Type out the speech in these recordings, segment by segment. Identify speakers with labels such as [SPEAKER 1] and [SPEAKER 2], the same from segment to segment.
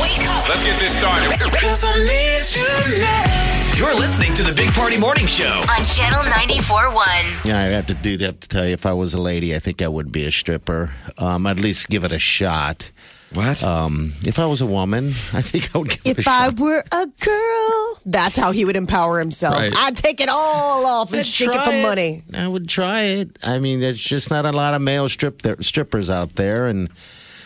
[SPEAKER 1] Wake up.
[SPEAKER 2] Let's get this started.
[SPEAKER 3] You're listening to the Big Party Morning Show.
[SPEAKER 1] On Channel 94.1.
[SPEAKER 4] Yeah, I have to do have to tell you, if I was a lady, I think I would be a stripper. Um, I'd at least give it a shot.
[SPEAKER 5] What?
[SPEAKER 4] Um, if I was a woman, I think I would give it a
[SPEAKER 6] If I
[SPEAKER 4] shot.
[SPEAKER 6] were a girl, that's how he would empower himself.
[SPEAKER 5] Right.
[SPEAKER 6] I'd take it all off and
[SPEAKER 4] I'd
[SPEAKER 6] shake it for
[SPEAKER 4] try
[SPEAKER 6] money.
[SPEAKER 4] I would try it. I mean, there's just not a lot of male strip there, strippers out there, and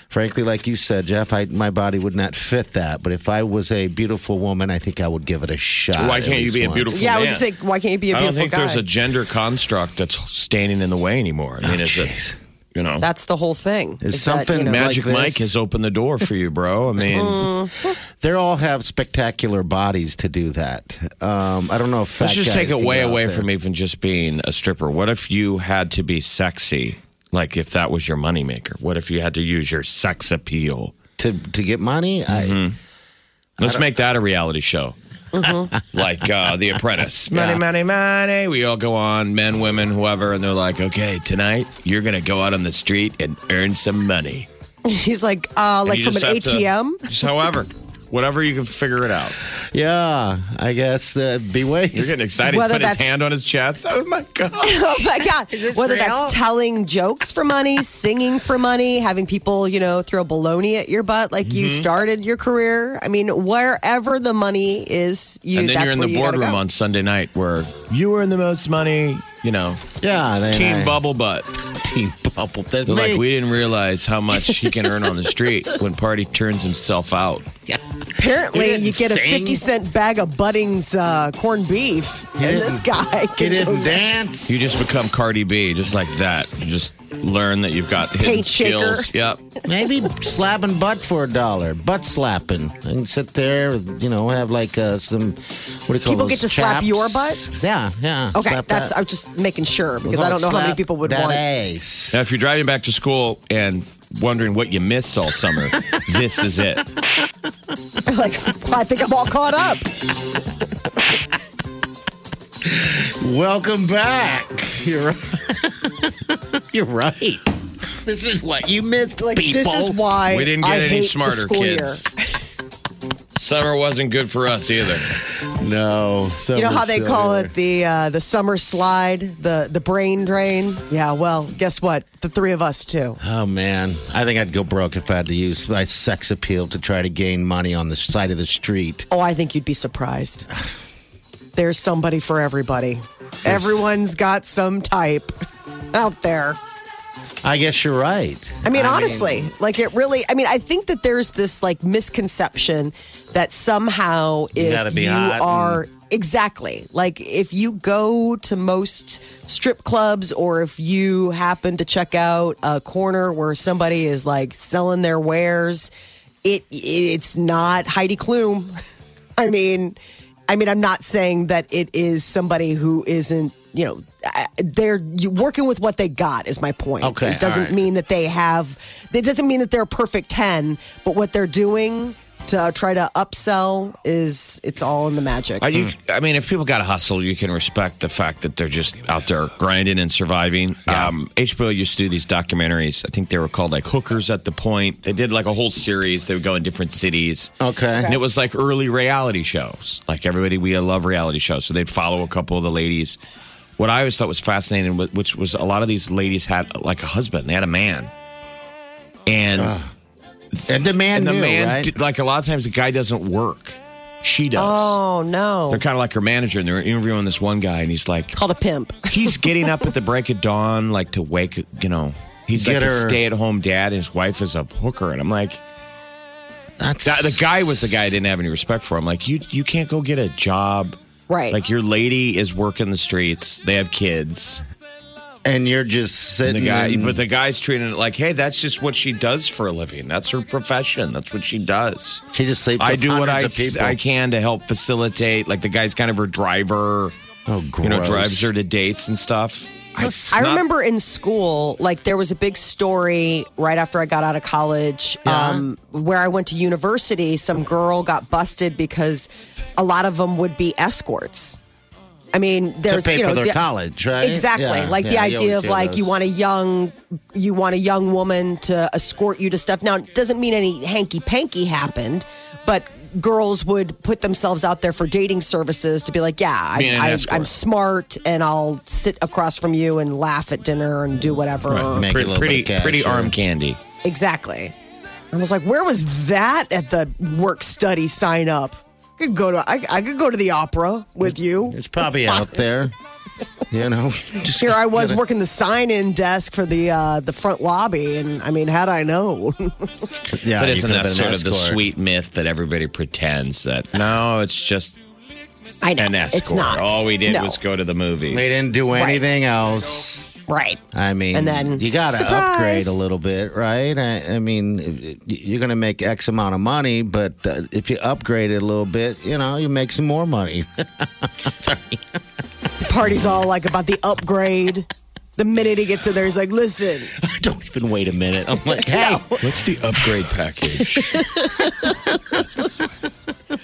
[SPEAKER 4] frankly, like you said, Jeff, I, my body would not fit that. But if I was a beautiful woman, I think I would give it a shot.
[SPEAKER 5] Why
[SPEAKER 4] at
[SPEAKER 5] can't you
[SPEAKER 4] least
[SPEAKER 5] be a
[SPEAKER 4] once.
[SPEAKER 5] beautiful
[SPEAKER 6] Yeah, I
[SPEAKER 5] man?
[SPEAKER 6] was just like, why can't you be a
[SPEAKER 5] I don't
[SPEAKER 6] beautiful
[SPEAKER 5] think
[SPEAKER 6] guy?
[SPEAKER 5] there's a gender construct that's standing in the way anymore. I mean, it's
[SPEAKER 4] jeez.
[SPEAKER 5] a, you know,
[SPEAKER 6] that's the whole thing.
[SPEAKER 4] Is
[SPEAKER 6] that, Oh, you
[SPEAKER 4] something
[SPEAKER 6] know,
[SPEAKER 4] ma-
[SPEAKER 5] Magic
[SPEAKER 4] like
[SPEAKER 5] Mike
[SPEAKER 4] this.
[SPEAKER 5] has opened the door for you, bro. I mean,
[SPEAKER 4] They all have spectacular bodies to do that. Um, I don't know if fat
[SPEAKER 5] let's just
[SPEAKER 4] guys
[SPEAKER 5] take it
[SPEAKER 4] do
[SPEAKER 5] way
[SPEAKER 4] that out
[SPEAKER 5] away
[SPEAKER 4] there.
[SPEAKER 5] from even just being a stripper. What if you had to be sexy? Like, if that was your moneymaker? What if you had to use your sex appeal?
[SPEAKER 4] to to get money.
[SPEAKER 5] Let's make that a reality show.
[SPEAKER 6] Mm-hmm.
[SPEAKER 5] like uh, The Apprentice. Money, money, money. We all go on, men, women, whoever, and they're like, okay, tonight you're going to go out on the street and earn some money.
[SPEAKER 6] he's like, uh,
[SPEAKER 5] And
[SPEAKER 6] like
[SPEAKER 5] you
[SPEAKER 6] from an
[SPEAKER 5] just have to-
[SPEAKER 6] ATM.
[SPEAKER 5] just however, whatever you can figure it out.
[SPEAKER 4] I yeah, I guess that'd be ways.
[SPEAKER 5] You're getting excited.
[SPEAKER 6] Whether
[SPEAKER 5] Put his
[SPEAKER 6] that's-
[SPEAKER 5] hand on his chest. Oh my God.
[SPEAKER 6] Oh my God.
[SPEAKER 7] this
[SPEAKER 6] Whether
[SPEAKER 7] real?
[SPEAKER 6] that's telling jokes for money, singing for money, having people, you know, throw baloney at your butt like you
[SPEAKER 5] Mm-hmm.
[SPEAKER 6] started your career. I mean, wherever the money is, you
[SPEAKER 5] and then
[SPEAKER 6] that's
[SPEAKER 5] you're in
[SPEAKER 6] where
[SPEAKER 5] the
[SPEAKER 6] you gotta
[SPEAKER 5] boardroom
[SPEAKER 6] go.
[SPEAKER 5] on Sunday night where you earn the most money, you know,
[SPEAKER 4] yeah, they,
[SPEAKER 5] team
[SPEAKER 4] I-
[SPEAKER 5] bubble butt.
[SPEAKER 4] team bubble. That's
[SPEAKER 5] They're
[SPEAKER 4] me.
[SPEAKER 5] like, we didn't realize how much he can earn on the street when Party turns himself out.
[SPEAKER 6] Apparently,
[SPEAKER 4] He
[SPEAKER 6] you get
[SPEAKER 4] didn't
[SPEAKER 6] a 50 cent bag of Buddings uh, corned beef, and this guy
[SPEAKER 4] he
[SPEAKER 6] can
[SPEAKER 4] didn't
[SPEAKER 6] go
[SPEAKER 4] dance.
[SPEAKER 5] You just become Cardi B, just like that. You just learn that you've got hidden
[SPEAKER 6] Paint shaker.
[SPEAKER 5] skills. Yep.
[SPEAKER 4] Maybe slapping butt for a dollar, butt slapping, and sit there. You know, have like uh, some what do you call
[SPEAKER 6] People
[SPEAKER 4] those
[SPEAKER 6] get to slap
[SPEAKER 4] chaps?
[SPEAKER 6] your butt?
[SPEAKER 4] Yeah, yeah.
[SPEAKER 6] Okay,
[SPEAKER 4] slap
[SPEAKER 6] that's.
[SPEAKER 4] that.
[SPEAKER 6] I'm just making sure because I don't know how many
[SPEAKER 4] Slap
[SPEAKER 6] people would
[SPEAKER 4] that
[SPEAKER 6] want.
[SPEAKER 4] ass.
[SPEAKER 5] Now, if you're driving back to school and wondering what you missed all summer, this is it.
[SPEAKER 6] Like, I think I'm all caught up.
[SPEAKER 4] Welcome back. You're you're right. This is what you missed,
[SPEAKER 6] Like,
[SPEAKER 4] people.
[SPEAKER 6] this is why
[SPEAKER 5] We didn't get
[SPEAKER 6] I
[SPEAKER 5] any
[SPEAKER 6] hate the
[SPEAKER 5] smarter,
[SPEAKER 6] school
[SPEAKER 5] kids.
[SPEAKER 6] Year.
[SPEAKER 5] Summer wasn't good for us either.
[SPEAKER 4] no.
[SPEAKER 6] You know how they
[SPEAKER 4] summer
[SPEAKER 6] call
[SPEAKER 4] silver.
[SPEAKER 6] it the uh, the summer slide, the the brain drain. Yeah, well, guess what? The three of us too.
[SPEAKER 4] Oh man, I think I'd go broke if I had to use my sex appeal to try to gain money on the side of the street.
[SPEAKER 6] Oh, I think you'd be surprised. There's somebody for everybody. Everyone's got some type out there.
[SPEAKER 4] I guess you're right.
[SPEAKER 6] I mean, honestly, like it really. I mean, I think that there's this like misconception that somehow if
[SPEAKER 4] gotta be
[SPEAKER 6] you
[SPEAKER 4] hot
[SPEAKER 6] are exactly like if you go to most strip clubs or if you happen to check out a corner where somebody is like selling their wares, it, it it's not Heidi Klum. I mean, I mean, I'm not saying that it is somebody who isn't. You know, I- they're you, working with what they got is my point.
[SPEAKER 4] Okay,
[SPEAKER 6] It doesn't
[SPEAKER 4] all right.
[SPEAKER 6] mean that they have, it doesn't mean that they're a perfect 10, but what they're doing to try to upsell is it's all in the magic.
[SPEAKER 5] Are you? I mean, if people got to hustle, you can respect the fact that they're just out there grinding and surviving. Um, HBO used to do these documentaries. I think they were called like Hookers at the Point. They did like a whole series. They would go in different cities.
[SPEAKER 4] Okay.
[SPEAKER 5] And it was like early reality shows. Like everybody, we love reality shows. So they'd follow a couple of the ladies. What I always thought was fascinating, wh- which was a lot of these ladies had like a husband, they had a man. And,
[SPEAKER 4] And the
[SPEAKER 5] and
[SPEAKER 4] man,
[SPEAKER 5] the
[SPEAKER 4] Ah. knew,
[SPEAKER 5] man,
[SPEAKER 4] right?
[SPEAKER 5] did- like a lot of times, the guy doesn't work. She does.
[SPEAKER 6] oh, no.
[SPEAKER 5] They're kind of like her manager, and they're interviewing this one guy, and he's like,
[SPEAKER 6] It's called a pimp.
[SPEAKER 5] he's getting up at the break of dawn, like to wake, you know, he's
[SPEAKER 4] Get
[SPEAKER 5] like a
[SPEAKER 4] her-
[SPEAKER 5] stay at home dad, and his wife is a hooker. And I'm like,
[SPEAKER 4] That's
[SPEAKER 5] that, the guy was the guy I didn't have any respect for. I'm like, you, you can't go get a job.
[SPEAKER 6] Right.
[SPEAKER 5] Like, your lady is working the streets, they have kids.
[SPEAKER 4] and you're just
[SPEAKER 5] And
[SPEAKER 4] sitting.
[SPEAKER 5] the guy,
[SPEAKER 4] in-
[SPEAKER 5] but the guy's treating it like, hey, that's just what she does for a living. That's her profession. That's what she does.
[SPEAKER 4] she just sleeps.
[SPEAKER 5] I
[SPEAKER 4] with
[SPEAKER 5] do what
[SPEAKER 4] hundreds
[SPEAKER 5] I,
[SPEAKER 4] of people.
[SPEAKER 5] I can to help facilitate. Like the guy's kind of her driver.
[SPEAKER 4] Oh,
[SPEAKER 5] You know,
[SPEAKER 4] gross.
[SPEAKER 5] drives her to dates and stuff. It's
[SPEAKER 6] I
[SPEAKER 5] not-
[SPEAKER 6] remember in school, like there was a big story right after I got out of college, um, where I went to university. Some girl got busted because a lot of them would be escorts. I mean,
[SPEAKER 4] to
[SPEAKER 6] there's
[SPEAKER 4] pay
[SPEAKER 6] you know
[SPEAKER 4] for their
[SPEAKER 6] the-
[SPEAKER 4] college, right?
[SPEAKER 6] Exactly.
[SPEAKER 4] Yeah,
[SPEAKER 6] like the
[SPEAKER 4] yeah, you
[SPEAKER 6] idea
[SPEAKER 4] always
[SPEAKER 6] of
[SPEAKER 4] hear
[SPEAKER 6] like you
[SPEAKER 4] those.
[SPEAKER 6] want a young you want a young woman to escort you to stuff. Now it doesn't mean any hanky panky happened, but girls would put themselves out there for dating services to be like, Yeah,
[SPEAKER 5] Being an
[SPEAKER 6] I, I, I'm
[SPEAKER 5] escort.
[SPEAKER 6] smart and I'll sit across from you and laugh at dinner and do whatever.
[SPEAKER 4] Make a
[SPEAKER 5] pretty
[SPEAKER 4] little
[SPEAKER 5] pretty,
[SPEAKER 4] bit of cash,
[SPEAKER 5] pretty arm
[SPEAKER 4] yeah.
[SPEAKER 5] candy.
[SPEAKER 6] Exactly. I was like, where was that at the work study sign up? I could go to I, I could go to the opera with you.
[SPEAKER 4] It's probably out there. You know, just
[SPEAKER 6] Here I was
[SPEAKER 4] gonna-
[SPEAKER 6] working the sign-in desk for the uh, the front lobby, and I mean, how'd I know?
[SPEAKER 4] Yeah,
[SPEAKER 5] But
[SPEAKER 4] you
[SPEAKER 5] isn't
[SPEAKER 4] could've
[SPEAKER 5] that
[SPEAKER 4] been an
[SPEAKER 5] sort of the
[SPEAKER 4] escort.
[SPEAKER 5] sweet myth that everybody pretends that no, it's just
[SPEAKER 6] I know
[SPEAKER 5] an escort.
[SPEAKER 6] it's not.
[SPEAKER 5] All we did
[SPEAKER 6] No.
[SPEAKER 5] was go to the movies.
[SPEAKER 4] They didn't do anything else.
[SPEAKER 6] right.
[SPEAKER 4] I mean,
[SPEAKER 6] And then,
[SPEAKER 4] you got to
[SPEAKER 6] surprise.
[SPEAKER 4] upgrade a little bit, right? I, I mean, y- you're going to make X amount of money, but uh, if you upgrade it a little bit, you know, you make some more money.
[SPEAKER 6] The party's all like about the upgrade. The minute he gets in there, he's like, "Listen,
[SPEAKER 4] I don't even wait a minute. I'm like, hey,
[SPEAKER 5] What's the upgrade package?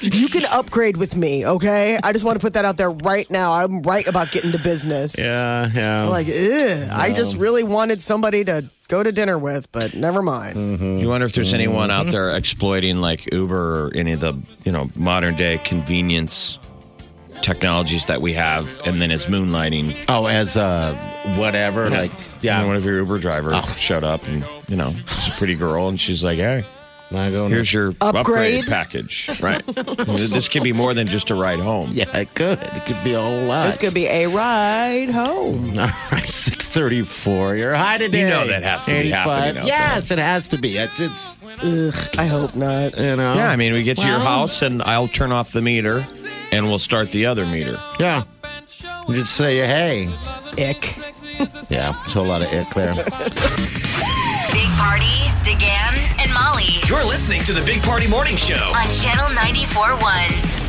[SPEAKER 6] you can upgrade with me, okay? I just want to put that out there right now. I'm right about getting to business."
[SPEAKER 4] yeah, yeah.
[SPEAKER 6] Like, Ugh, I just really wanted somebody to go to dinner with, but never mind.
[SPEAKER 5] you wonder if there's anyone out there exploiting like Uber or any of the you know modern day convenience technologies that we have, and then it's moonlighting.
[SPEAKER 4] oh, as uh, whatever, like,
[SPEAKER 5] Yeah,
[SPEAKER 4] yeah.
[SPEAKER 5] one of your Uber driver showed up, and you know it's a pretty girl, and she's like, "Hey,
[SPEAKER 4] I go,
[SPEAKER 5] here's your
[SPEAKER 6] Upgrade.
[SPEAKER 5] upgrade, package." Right? this could be more than just a ride home.
[SPEAKER 4] yeah, it could. It could be a whole lot.
[SPEAKER 6] It's gonna be a ride home.
[SPEAKER 4] All right, six thirty-four. You're high today.
[SPEAKER 5] You know that has to be
[SPEAKER 4] 85.
[SPEAKER 5] happening out
[SPEAKER 4] yes, it has to be. It's, it's
[SPEAKER 6] Ugh, I hope not.
[SPEAKER 4] you know.
[SPEAKER 5] Yeah, I mean, we get to your
[SPEAKER 4] Well-
[SPEAKER 5] house and I'll turn off the meter and we'll start the other meter.
[SPEAKER 4] yeah. You just say, hey.
[SPEAKER 6] Ick.
[SPEAKER 4] Yeah, it's a whole lot of ick there.
[SPEAKER 1] Big Party, DeGan, and Molly
[SPEAKER 3] You're listening to the Big Party Morning Show.
[SPEAKER 1] on Channel 94.1.